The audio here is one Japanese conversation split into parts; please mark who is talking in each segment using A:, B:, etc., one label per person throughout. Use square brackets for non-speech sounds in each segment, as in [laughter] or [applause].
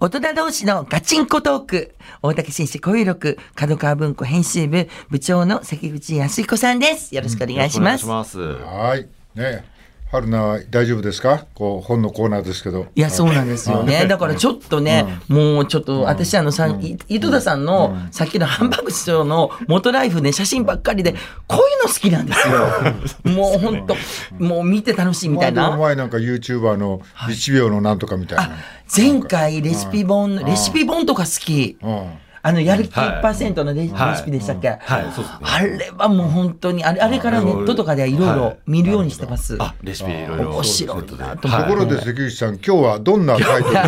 A: 大人同士のガチンコトーク。大竹紳士交友録、角川文庫編集部、部長の関口康彦さんです。よろしくお願いします。
B: ます。
C: はい。ね。春菜は大丈夫ですかこう、本のコーナーですけど。
A: いや、そうなんですよね。だからちょっとね、もうちょっと、私あのさ、ん、い井戸田さんの、さっきのハンバーグ師匠の元ライフね、写真ばっかりで、こういうの好きなんですよ。もう本当、もう見て楽しいみたい
C: まあでも
A: な。
C: 前なんか YouTuber の1秒のなんとかみたいな。
A: 前回レシピ本、レシピ本とか好き。
C: うん
A: あの、やる気1%のレレシピでしたっけ、
B: はい、そうですね。
A: あれはもう本当に、あれあれからネットとかでいろいろ見るようにしてます。
B: あ、レシピいろいろ。
A: 面白いなと
C: と
A: 思
C: こ
A: っ
C: ろ
A: て。
C: で関口さん、今日はどんなタイトルで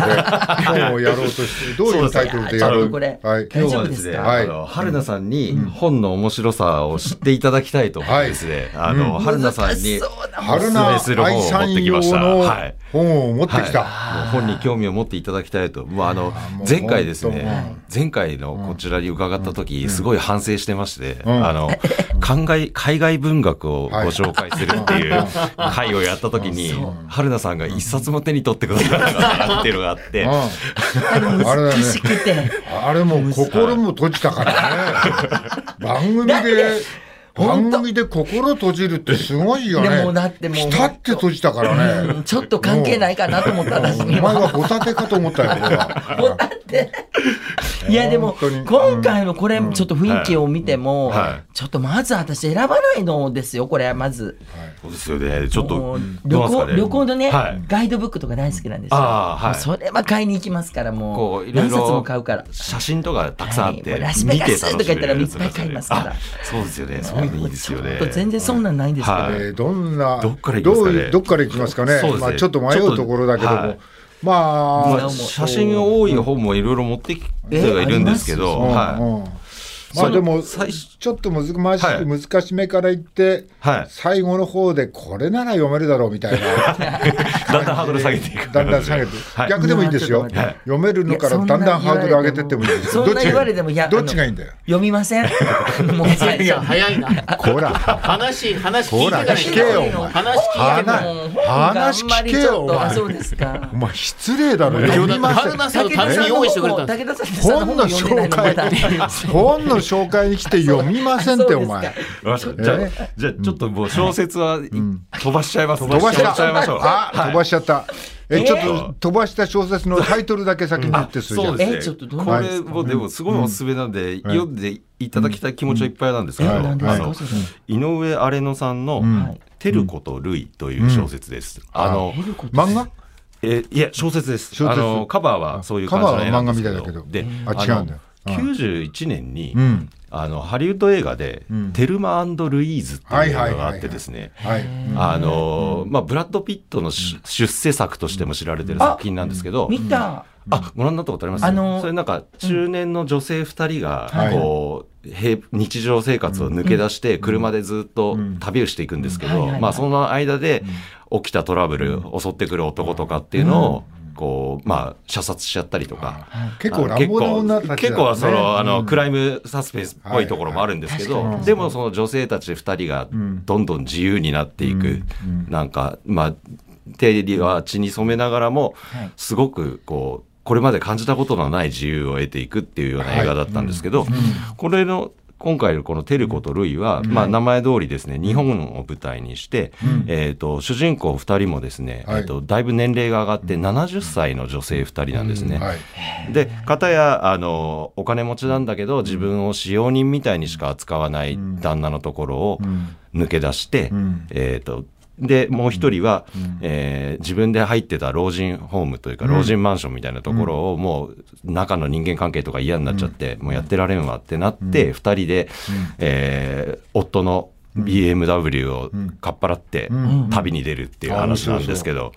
C: 本をやろうとして、どういうタイトルで
A: そうですね
C: や
A: ちょっ
C: る
A: とこれ
C: はい。
A: 大
B: 今日
A: 丈夫
B: は
A: で
B: ですす
A: か
B: ね、
C: はい
B: あの春菜さんに本の面白さを知っていただきたいと思ってですね、あの春菜さんに
A: 難しそうな
C: 春菜
B: おすすめする
C: 愛
B: 本を
C: さ
B: 持って
C: ん
B: き
C: 用
B: ました。
C: の
B: はい。
C: 本を持ってきた。
B: はい、もう本に興味を持っていただきたいと、もうあの
C: もう
B: 前回です
C: 本
B: ね、前回のこちらに伺った時、すごい反省してまして、
C: ん
B: あの海外海外文学をご紹介するっていう会をやった時に、春菜さんが一冊も手に取ってくださらなかったなっていうのがあって、
C: うんあれだ
A: 難
C: ね。
A: しくて。
C: あれもう心も閉じた
A: [laughs]
C: からね。番組
A: だって
C: で、
A: 本
C: 番
A: 当
C: 組で心閉じるってすごいよね。
A: でもだってもう
C: ピタって閉じたからね。
A: ちょっと関係ないかなと思った私
C: お
A: に
C: 前
A: は。
C: はホタテかと思ったよ、俺
A: [laughs]
C: は。
A: もうだっていやでも
C: 本当に
A: 今回のこれちょっと雰囲気を見ても
B: は
A: ちょっとまず私選ばないのですよこれまず
B: そうですよね、ちょっ
A: も
B: と
A: う旅
B: どうなんです
A: 行
B: かね
A: 旅行のね
B: はい
A: ガイドブックとか大好きなんですよ
B: あーはい
A: もうそれは買いに行きますからも
B: こ
A: う
B: ういろい
A: 何冊も
B: ろ
A: 買うから
B: 写真とかたくさんあっ
A: は
B: て、
A: いもうラスベガスとか言ったら
B: 見て楽しめるやつ
A: いっぱい買いますから
B: あそうですよね、そういうのいいですよね
A: ちょっと。全然そんなんないんですけど
B: はい
C: えーどんな、
B: どっから行きますかね
C: どういうどっから行きますかね。
B: そうですね
C: まあちょっと迷うところだけど
B: ちょっとは
C: も
B: い。
C: まあ、
B: まあ、写真が多い本もいろいろ持ってきてはいるんですけど、
C: うん
B: は
C: うんまあでも、
B: 最初
C: ちょっと難し,、
B: はい
C: 難しめから言って、
B: はい
A: [laughs]
C: 最後の方でこれなら読めるだろうみたいな。
B: い、だんだんハードル下げていく。
C: だんだん下げて、
B: はい
C: 逆でもいいですよ、
A: はい
C: 読めるのからだんだんハードル上げてってもいいです
A: そ
C: よ
A: んな言われてもいや
C: どっち [laughs] がいいんだよ
A: 読みませんもう最
D: い
A: 初
D: や早いな。
C: こら
D: 話話聞いてから
C: 聞けよお前
D: 話聞いてか
C: 話
A: も
D: ら。
A: う本があんまりちょっと
C: 話聞けよお前
A: あそうですか
C: お前失礼だろ読みませ
D: 春
C: ん
D: 菜さんのために用意してくれたんです。
A: 武田さんって
C: 本の
A: 読んでない
C: 紹
A: のまた
C: 介本の紹介に来て読みませんってお前
B: わかりましたじゃあ、じゃあちょっともう小説は、飛ばしちゃいます。
C: 飛ばし
B: 飛ばしちゃいましょう。
C: あ、飛ばしちゃったえ
A: え
C: ちょっと飛ばした小説のタイトルだけ先に言ってするじゃ
B: そ
C: ん
B: うですね。
A: えちょっとどう
B: こ
A: なんで
B: れもでもすごいおすすめなんで、読んでいただきたい気持ちはいっぱいなんですけど、
C: うん
B: あ
A: え何
B: の
A: ですか
B: 井上荒野さんの
A: ん
B: 「テルコとルイ」という小説です。あの
A: 見ること
C: 漫画
B: えいや小説です。
C: 小説
B: あのカバーはそういう感じの絵なんですけど。
C: カバーは漫画みた
B: で
C: いだけど、
B: あ
C: あ違うんだよ
B: の91年に、
C: ん
B: あのハリウッド映画で、テルマルイーズっていう
C: はいはい
B: の
C: は
B: が
C: いはい
B: あってですね。
C: はい
B: あのまあブラッドピットのし出世作としても知られてる作品なんですけど、
A: 見た
B: あご覧になったことあります、
A: あの
B: それなんか中年の女性2人が
C: はい
B: こう、平日常生活を抜け出して車でずっと旅をしていくんですけ
A: うんはい
B: ど
A: はいはい
B: まあその間で起きたトラブル、襲ってくる男とかっていうのをこうまあ射殺しちゃったりとか。
C: 結構乱暴な女たちだ、ね、
B: 結構その、あの、ク
C: い
B: ライムサスペンスっぽいところもあるんですけど、
A: はいはい確かに
B: でもその女性たち2人がどんどん自由になっていく、なんかまあ手には血に染めながらも、
A: い
B: すごくこうこれまで感じたことのない自由を得ていくっていうような映画だったんですけど、これの今回のこの「テルコとルイは」まあ、名前通りですね日本を舞台にして、えー、と主人公2人もですね、
C: はい
B: えー、とだいぶ年齢が上がって70歳の女性2人なんですね。
C: はい
B: で片やあのお金持ちなんだけど自分を使用人みたいにしか扱わない旦那のところを抜け出して、えー、とでもう一人は、えー自分で入ってた老人ホームというか老人マンションみたいなところをもう中の人間関係とか嫌になっちゃって、もうやってられんわってなって、二人で、えー夫の BMW をかっぱらって旅に出るっていう話なんですけど、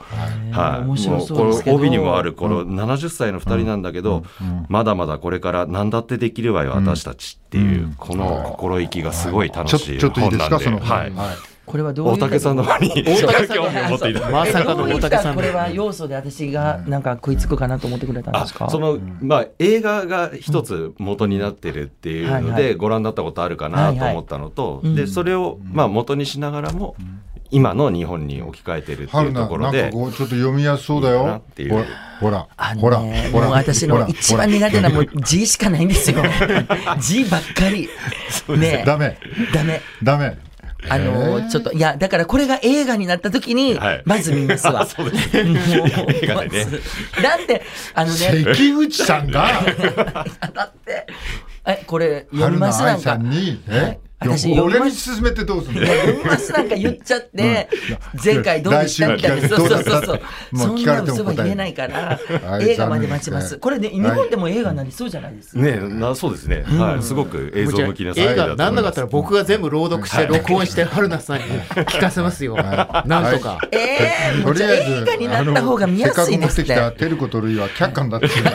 B: はい、
A: 面白そう
B: も
A: ですけど
B: この帯にもあるこの70歳の2人なんだけど、まだまだこれから何だってできるわよ私たちっていう、この心意気がすごい楽
C: ちょ
B: しい
C: ちょっといい
B: 本
C: で
B: な
C: す
B: んで、
C: かその本
B: はい、
C: はい
A: これはどういう
B: 大竹さんの場に興
D: 大竹さんの
B: 味を持っていただいて。
D: まさか
A: ど
D: の
A: うい
D: 大
A: っ
D: 竹
A: た
D: さん
A: こ。れは要素で私がなんか食いつくかなと思ってくれたん
B: あ
A: ですか
B: その、まあ、映画が一つ元になってるっていうので、
A: はいはい
B: ご覧になったことあるかなと思ったのと、でそれを、まあ、元にしながらも今の日本に置き換えてるってい
C: 春
B: うと
C: 菜
B: こ
C: な
B: ろ
C: んか
B: で。
C: こうちょっと読みやすそうだ
B: いいかなっ
C: よ
B: ていう
C: ほらほら
A: あ
C: ほら
A: のね
C: ほら
A: もう私
C: ほ
A: の
C: ら
A: 一番苦手なも
C: [laughs]
A: う字しかないんですよ。字ばっかり。ねえ
C: ダメ
A: ダメ。
C: ダメ
A: あの
C: えー
A: ちょっといやだからこれが映画になった時に、
B: はい
A: まず見ます
C: [laughs]
A: わ。
B: そうですね
A: もう
B: 映画でね
A: まずだってあのね
C: 関口さ
A: [laughs]
C: んが
A: だってえこれ読
C: 春
A: みま
C: 菜
A: すな
C: 愛
A: ん
C: さ
A: か
C: んにえ
A: 私
C: いや
A: 読み
C: 俺
A: ま
C: に
A: す
C: 勧めてどう
A: [laughs]
C: すんの
A: いや読みますなんか言っちゃって、前回どうでしたみたいな
C: 来週
A: そうそうそう
C: ど
A: そう
C: だっ
A: う
C: たもう
A: そん
C: 聞か
A: な
C: れても
A: 嘘は
C: 答え
A: 言えないから
C: はい
A: 映画まで待ちます
C: 残念ですね
A: これね日本でも映画になりそうじゃないですか、
B: ねなそうですね、はい、すごく映像向きな
D: 映
B: 作
D: 画
B: 品だと思
D: なんないか
B: ま
D: っ
B: す
D: たら僕が全部朗読して録音して春菜さんに聞かせますよ。なんとか。
A: えー、もうじゃあ映画になった方が見やすいです
C: せっかく持っ
A: って
C: てきたテルコとルイは却下になってしま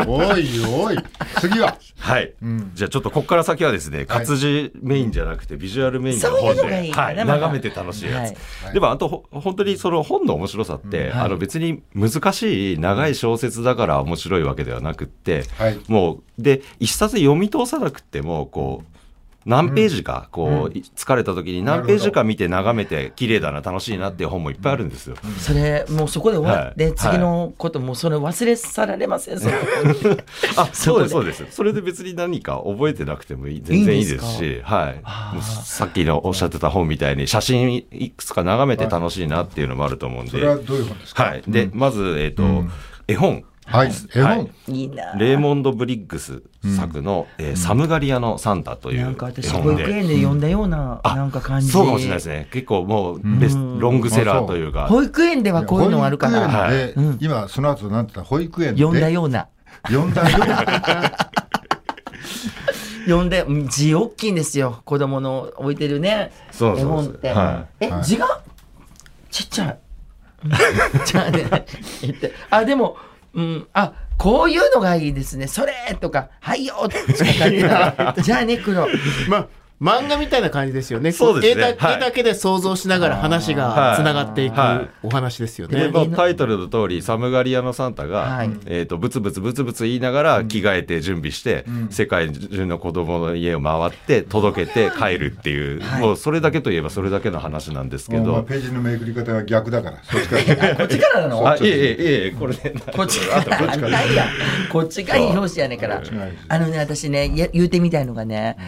C: うおい
A: [laughs]
C: おい次は
B: はい、じゃあちょっとここから先はですね活字メインじゃなくてビジュアルメインの
A: そういう
B: 本で
A: のがいい
B: はい
A: なまだ
B: 眺めて楽しいやつ、
C: はい
B: でもあとほ本当にその本の面白さって、
C: はい
B: あの別に難しい長い小説だから面白いわけではなくって、
C: はい
B: もうで一冊読み通さなくってもこう何ページか、こう、疲れた時に何ページか見て眺めて綺麗だな楽しいなっていう本もいっぱいあるんですよ。
A: それもうそこで終わって、
B: はい
A: 次のこともうそれ忘れ去られま
B: [laughs]
A: せん、その
B: あ
A: そ
B: そうう
A: で
B: ですすそうですそれで別に何か覚えてなくてもいい全然いいですし
A: い
B: はいもうさっきのおっしゃってた本みたいに写真いくつか眺めて楽しいなっていうのもあると思うん
C: そ
B: で、
C: れは
B: は
C: どういう本ですか
B: い、でまず、えっと絵本
C: はい絵
B: は
C: 本
B: い
A: いいな
B: レーモンド・ブリッグス作の「えーサムガリアのサンタ」という絵
A: なん
B: 本
A: か
B: で。
A: 私保育園で呼んだような、
B: あ
A: なんか感じ
B: そうかもしれないですね結構もうベスロングセラーというか
A: 保育園ではこういうのあるか
C: 保
A: ら
C: 育園で
A: はいうん
C: 今その後なんて言った保育園で
A: 呼んだような
C: 呼んだよ
A: 呼んでうん字大きいんですよ子供の置いてるね
B: そう
A: 絵
B: そう
A: 本
B: そう
A: って、
B: は
A: え
C: はい
A: 字がちっちゃいじゃあね言ってあでもうんあこういうのがいいですねそれとかはいよとしか書いて
B: [laughs]
A: ないじゃあね黒
D: ま漫画みたいな感じですよね。
B: そうですね
D: 絵だ
B: はい
D: 絵だけで想像しながら話がつながっていく
B: はい
D: お話ですよ
B: で
D: ね。
B: まあ、タイトルの通りサムガリアのサンタが、
A: はい
B: えー、とブツブツブツブツ言いながら着替えて準備して、世界中の子供の家を回って届けて帰るっていう、
A: はい
B: もうそれだけといえばそれだけの話なんですけ
C: もう
B: ど、
C: ページのめくり方が逆だからそっち [laughs] から
A: こっちからなの
B: あいえいえいえいえこれね
A: こっちが、ないや、こっちがいい表紙やねんから
C: ちがいい。
A: あのね、私ね、や言うてみたいのがね、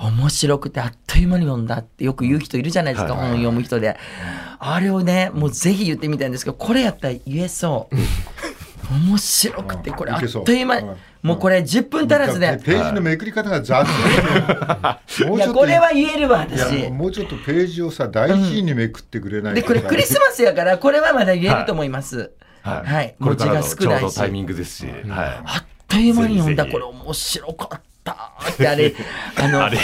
A: 面白くてあっという間に読んだってよく言う人いるじゃないですか、
B: はい
A: 本読む人で。あれをね、もうぜひ言ってみたいんですけど、これやったら言えそう。面白くて、これ
C: うん
A: あ
C: い
A: っ
C: けそう
A: という間
C: うん、
A: もうこれ10分足らずで。
C: ページのめくり方が雑
A: いう
C: もちょ
A: や、
C: っと
A: これは言えるわ、
C: いや
A: 私。
C: もうちょっとページをさ大事にめくってくれない
A: で、これクリスマスやから、これはまだ言えると思います。
B: はい
A: はい、
B: こ
A: 文
B: れ
A: 字
B: から
A: が
B: の
A: 少
B: ちょ
A: な
B: う
A: い
B: ど
A: し
B: タイ。ミングですし、はい、
A: あっという間に読んだ
B: ぜひぜひ
A: これ面白かったってあ
B: [laughs]
A: れあのあれ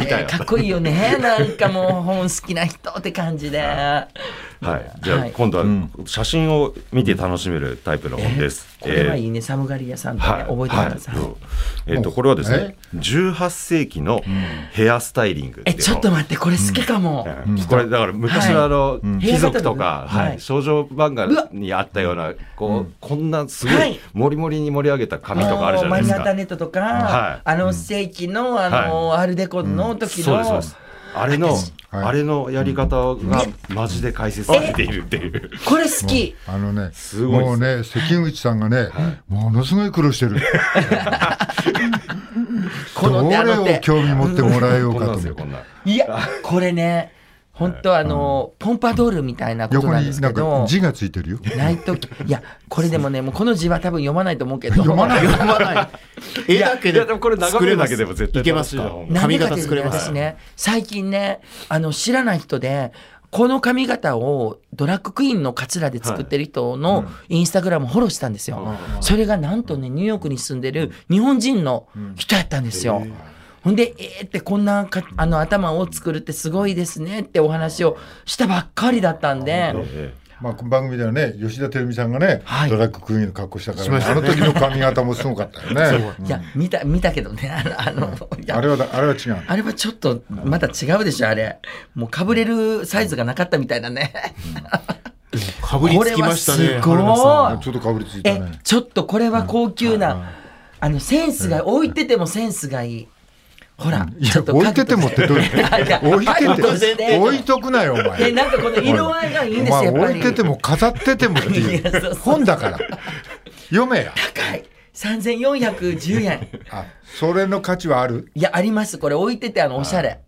B: みたい
A: かっこいいよね
B: [laughs]
A: なんかもう本好きな人って感じで
B: はい、じゃ
A: は
B: あ
A: い
B: 今度は写真を見て楽しめるタイプの本です。
A: これはいいね、寒がり屋さんとね、覚えてください、
B: はいえっとこれはですね18世紀のヘアスタイリング
A: えちょっと待ってこれ好きかも、
B: うんこれだから昔のあの
A: い
B: 貴族と
A: う
B: か
A: ん
B: は
A: はい
B: い少女漫
A: うわ
B: 画にあったようなこうこんなすご
A: はい
B: いもりもりに盛り上げた紙とかあるじゃな
A: マ
B: いで
A: リナ
B: す
A: タ
B: か。
A: ネットとか、
B: はい
A: あの世紀のあの、アルデコの時
B: そう
A: の、
B: ですそうです。あれの
A: 私
C: はい
B: あれのやり方がマジで解説されているっていう。
A: これ好き
C: あのね
B: すごいです
C: もうね関口さんがね、ものすごい苦労してる
A: [laughs] この
C: ど
A: 手あ
C: れ
A: の
C: を
A: 手
C: 興味持ってもらえよう
B: こん
C: か
B: なん
C: と
B: ですよ
C: 思っ
B: こんなん。
A: いやこれね本当あの、ポンパドールみたいなこと
C: 横
A: なんで
C: に
A: す
C: な
A: け
C: ん
A: ど
C: か字がついてるよ
A: ないとき、いや、これでもね、もうこの字は多分読まないと思うけど。
C: 読まない
D: 読まない。絵だけ
B: い
D: で
B: やでもこれ眺めるだけでも絶対
D: いけま
B: 楽
D: す
B: しいな
D: か
B: 本。が
D: 髪
A: 何でかって
D: 型
A: いうとね
D: 作れます
A: 私。ね、最近ね、あの知らない人で。この髪型をドラッグクイーンのカツラで作ってる人のインスタグラムをフォローしたんですよ、それがなんとねニューヨークに住んでる日本人の人やったんですよ、ほんでえー、ってこんなかあの頭を作るってすごいですねってお話をしたばっかりだったんで、
B: え
C: まあ、番組ではね吉田照美さんがね、
A: はい
C: ドラッグクイーンの格好したから
D: しました
C: あ
D: ね
C: の時の髪型もすごかったよね
A: いや見た見たけどねあのあのいや
C: あれはだあれは違う
A: あれはちょっとまた違うでしょあれもうかぶれるサイズがなかったみたいなね
D: かぶりつきましたね。
A: これはすごい
C: あちょっとかぶりついた
A: え
C: ね
A: ちょっとこれは高級なあのセンスが置いててもセンスがいいほら、
C: いや、置いててもってどういう
A: [laughs] あいや
C: 置い
A: 覚悟してて
C: て、置いとくなよ、お
A: で
C: 前。
A: なんかこの色合いがいいんですよ、
C: お前
A: やっぱ
C: 置
A: り。
C: いてても飾っててもってい
A: い [laughs] やそうそう
C: う。本だから。読めや。
A: 高い。3410円。
C: あ、それの価値はある
A: いや、あります。これ置いてて、あの、おしゃれ。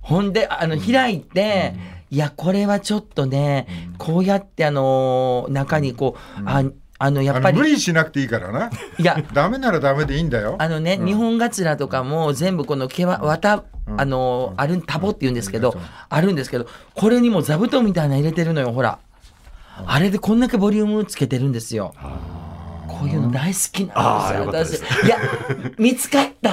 A: ほんで、あの、開いて、いや、これはちょっとね、こうやって、あのー、中にこう、ああの、や
C: あ
A: っぱ
C: の
A: り
C: 無、理しなくていいからな。
A: いや、
C: ダメならダメでいいんだよ。
A: あのね、日本ガツラとかも全部この毛は、綿、あのー、ある、タボって言うんですけど、あるんですけど、これにも座布団みたいなの入れてるのよ、ほら。あれでこんだけボリュームつけてるんですよ。こういうの大好き
B: あー
A: なん
B: よかった
A: ですよ、
B: で
A: 私。いや、見つか [laughs] った。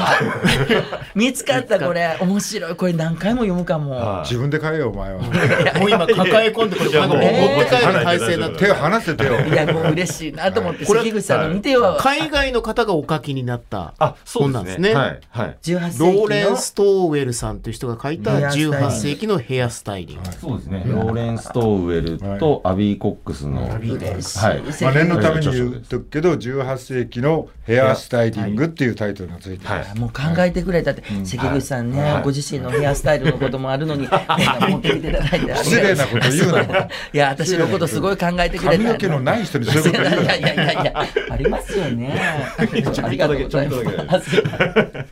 A: 見つかった、これ。面白い。これ何回も読むかも。
C: 自分で買えよ、お前は。
D: もう今抱え込んでくる。
B: いや
D: なんかもう
A: もう
D: 持って帰る体制になって
C: 手を離せてよ。
A: いや、もう嬉しいなと思って、
D: これ
A: 関口さんの見てよ。
D: 海外の方がお書きになった
B: あ、そうで
D: 本なん
B: す
D: で
B: ね。
D: すね。
B: はい。はい。
A: 18世紀の
D: ローレン・ストーウェルさんという人が書いた
A: ヘアスタイリング
D: 18世紀のヘアスタイリング。
B: そうですね。ローレン・ストーウェルとアビー・コックスの。
A: 嬉しい。
B: はい
C: まあ、念のために
B: はい
C: 言うとくけど18世紀のヘアスタイリングっていうタイトルがついてます、
B: はい
A: もう考えてくれたって、関口さんね、
B: はい
A: ご自身のヘアスタイルのこともある
C: [laughs]
A: のに、なんか持ってきていただいて、
C: 失礼なこと言うな
A: いや、私のことすごい考えてくれた。
C: 髪の毛のない人にそういうこと言う
A: いやいやいやいや、ありますよね。ありがとうございます。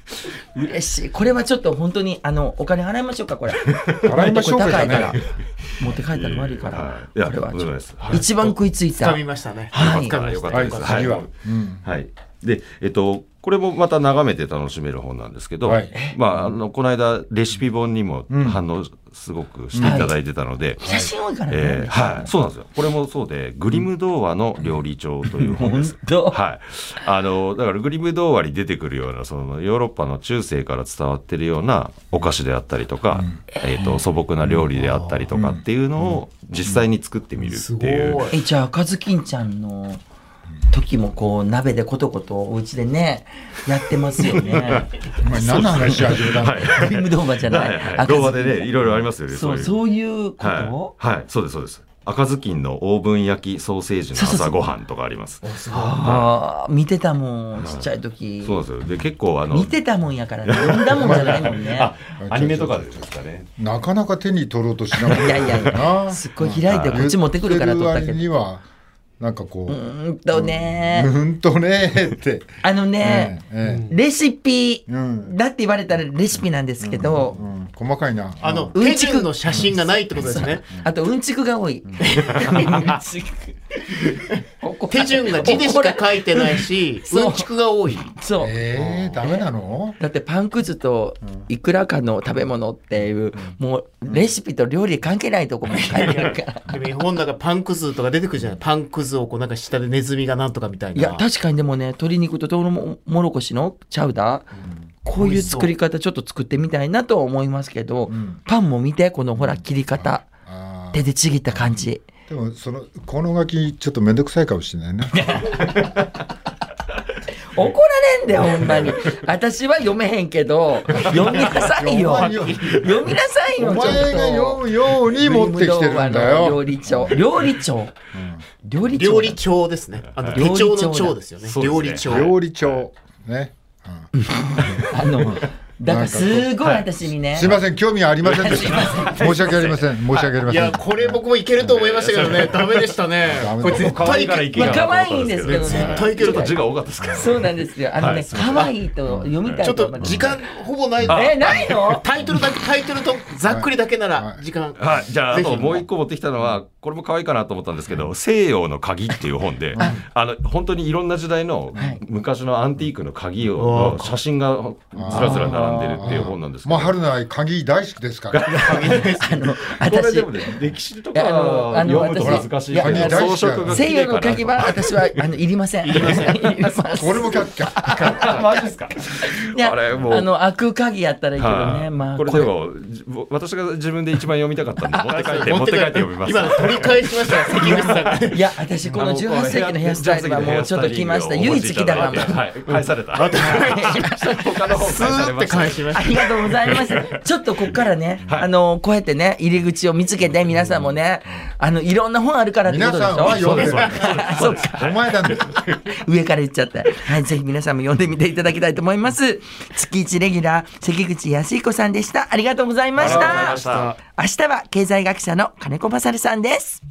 A: 嬉しい。これはちょっと本当に、あの、お金払いましょうか、これ。
C: 払いましょうかじ
A: 高
C: ゃ
A: いから
C: ね。
A: 持って帰ったら悪いか
B: は
A: ら。
B: いいや
A: これはち
B: そう
A: ょ
B: で
A: っ
B: す
A: と。一番食いついた
D: 掴。みましたね。
A: はい
D: 掴みま
B: よ
D: し
B: か
D: た
B: っ
D: ね
B: た
C: は
B: で
C: い
B: す。
C: 次は、
B: はい。で、えっと、これもまた眺めて楽しめる本なんですけど、
C: はい
B: まあ、あの、この間、レシピ本にも反応すごくしていただいてたので、
A: 写真多いから
B: えー
A: ね。
B: はい、そうなんですよ。これもそうで、グリム童話の料理帳という本です。
A: 本当
B: はい。あの、だからグリム童話に出てくるような、そのヨーロッパの中世から伝わってるようなお菓子であったりとか、えっ、と、素朴な料理であったりとかっていうのを実際に作ってみるっていう。
D: すごい
A: え、じゃあ、赤ずきんちゃんの時もこう、鍋でことことお家でね、やってますよね。
C: お前何の話し始めたんだ、
A: クリーム動画じゃ
B: は
A: ないい
B: は。い、
A: 赤ず
B: 童
A: きん
B: 話でね、いろいろありますよね。
A: そう、
B: う
A: そういうこ
B: は
A: と
B: い、はい、そうです、そうです。赤ずきんのオーブン焼きソーセージの朝ごはんとかあります。
A: ああ、見てたもん、ちっちゃい時。
B: そうなんですよ。で、結構あの、
A: 見てたもんやからね、読んだもんじゃないもんね。
B: [laughs] あ、アニメとかですかね。
C: なかなか手に取ろうとしなかった
A: いやいやいや、すっごい開いて、こっち持ってくるから
C: 言
A: 取
C: っ
A: ってた
C: る
A: け
C: 割
A: ど。
C: にはなんかこう、
A: う
C: う
A: ーんとね、
C: ーんとねーって、
A: あのね
C: え、ええ
A: レシピ
C: うん
A: だって言われたらレシピなんですけど
C: え、うん、細かいな
D: あの、
A: うん
D: 手順の写真がないってことですね。
A: あとうんちくが多い。
D: 手順が字でしか書いてないし、
A: [laughs] そう
D: うんちくが多い。
A: そう。
C: えー、ダメなの
A: だってパンくずといくらかの食べ物っていう、もうレシピと料理関係ないとこも書いてあるから。
D: でも日本だからパンくずとか出てくるじゃないパンくずをこうなんか下でネズミがなんとかみたいな。
A: いや確かにでもね鶏肉とトウモロコシのチャウダー、こういう作り方ちょっと作ってみたいなとは思いますけど、パンも見てこのほら切り方、
C: あ
A: 手でちぎった感じ
C: ーでもそのこの書きちょっと面倒くさいかもしれないね
A: 怒られんでほんまに私は読めへんけど読みなさいよ
C: お前よ
A: 読みなさいよ
C: お
A: ちょっと
C: 前が読むように持ってきて
A: ブリ
C: るんだ
A: ムドーバの料
C: よ
A: 理長料理長、料理長
D: 料理長ですね。あの手帳の長ですよね。
B: 料
D: 料
B: 理
D: 理
B: 長
D: 長。
C: 料理長ね
A: あのだからすごい私にね、
C: すいません、興味ありませんで
A: [laughs]
C: した。申し訳ありません、申し訳ありま
D: い
C: せん
D: や、。これ僕もいけると思いましたけどね。 [laughs] ダメでしたね
C: ダ。メだ
D: これ絶
B: 可愛
D: 対
B: いから
D: い
B: い
D: け
B: けなと思った
A: まあ可愛いんですけどね
B: はい
D: 絶対い
B: ち
D: け
B: ょ
D: る
B: っ
D: と
B: と
D: 思
B: 字
D: う。
B: が多かったですか
A: そうなんですよあのね、可愛いと読みたい
D: ちょっと
A: 思て
D: 時間ほぼない。
A: えないの
D: タイトルだけ、タイトルとざっくりだけなら時間。
B: はい、じゃあ、あ
D: ぜひ
B: ともう一個持ってきたのは、これも可愛いかなと思ったんですけど、西洋の鍵っていう本で、あの、本当にいろんな時代の
A: はい
B: 昔のアンティークの鍵を、の写真がずらずら並んでるっていう本なんですけ
C: ま
B: ど。
C: あ、春菜、鍵大好きです
D: [laughs]
C: から。
A: あの
B: これ
A: 私
B: でもね、歴史とか
A: あのあの
B: 読むと
A: 私
B: 難しい
A: いや
B: けど
C: 鍵大好きだから
B: 装飾が綺
A: 西
B: 麗
A: 洋
B: かな
A: の鍵 [laughs] は私はあのいりません。いりません。いりません。
C: これも却下。
B: マジですか
A: いや
B: あれもう
A: あの開く鍵やったらいいけど
B: はい
A: ね。まあ
B: これで
A: こ
B: もじ私が自分で一番読みたかったんで持って帰って持って帰って読みます
D: 今の取り返しましたよ関口さんが。
A: れいや私この18世紀のヘアスタイルはもうちょっと来ました。唯一来たかも。 [laughs]
B: はい、返された。他の本返されました。
D: 感しました
A: ありがとうござい [laughs] ます。ちょっとここからね、
B: はい
A: あの、こうやってね、入り口を見つけて、皆さんもね、あの、いろんな本あるからってこ
C: 皆
A: とでし
C: さんは
A: ょ
C: 読んでる。
A: そうか。
C: お前なんです。
A: 上から言っちゃって。はい、ぜひ皆さんも読んでみていただきたいと思います。月一レギュラー、関口康彦さんでした。ありがとうございました。
B: ありがとうございました
A: 明日は経済学者の金子勝さんです。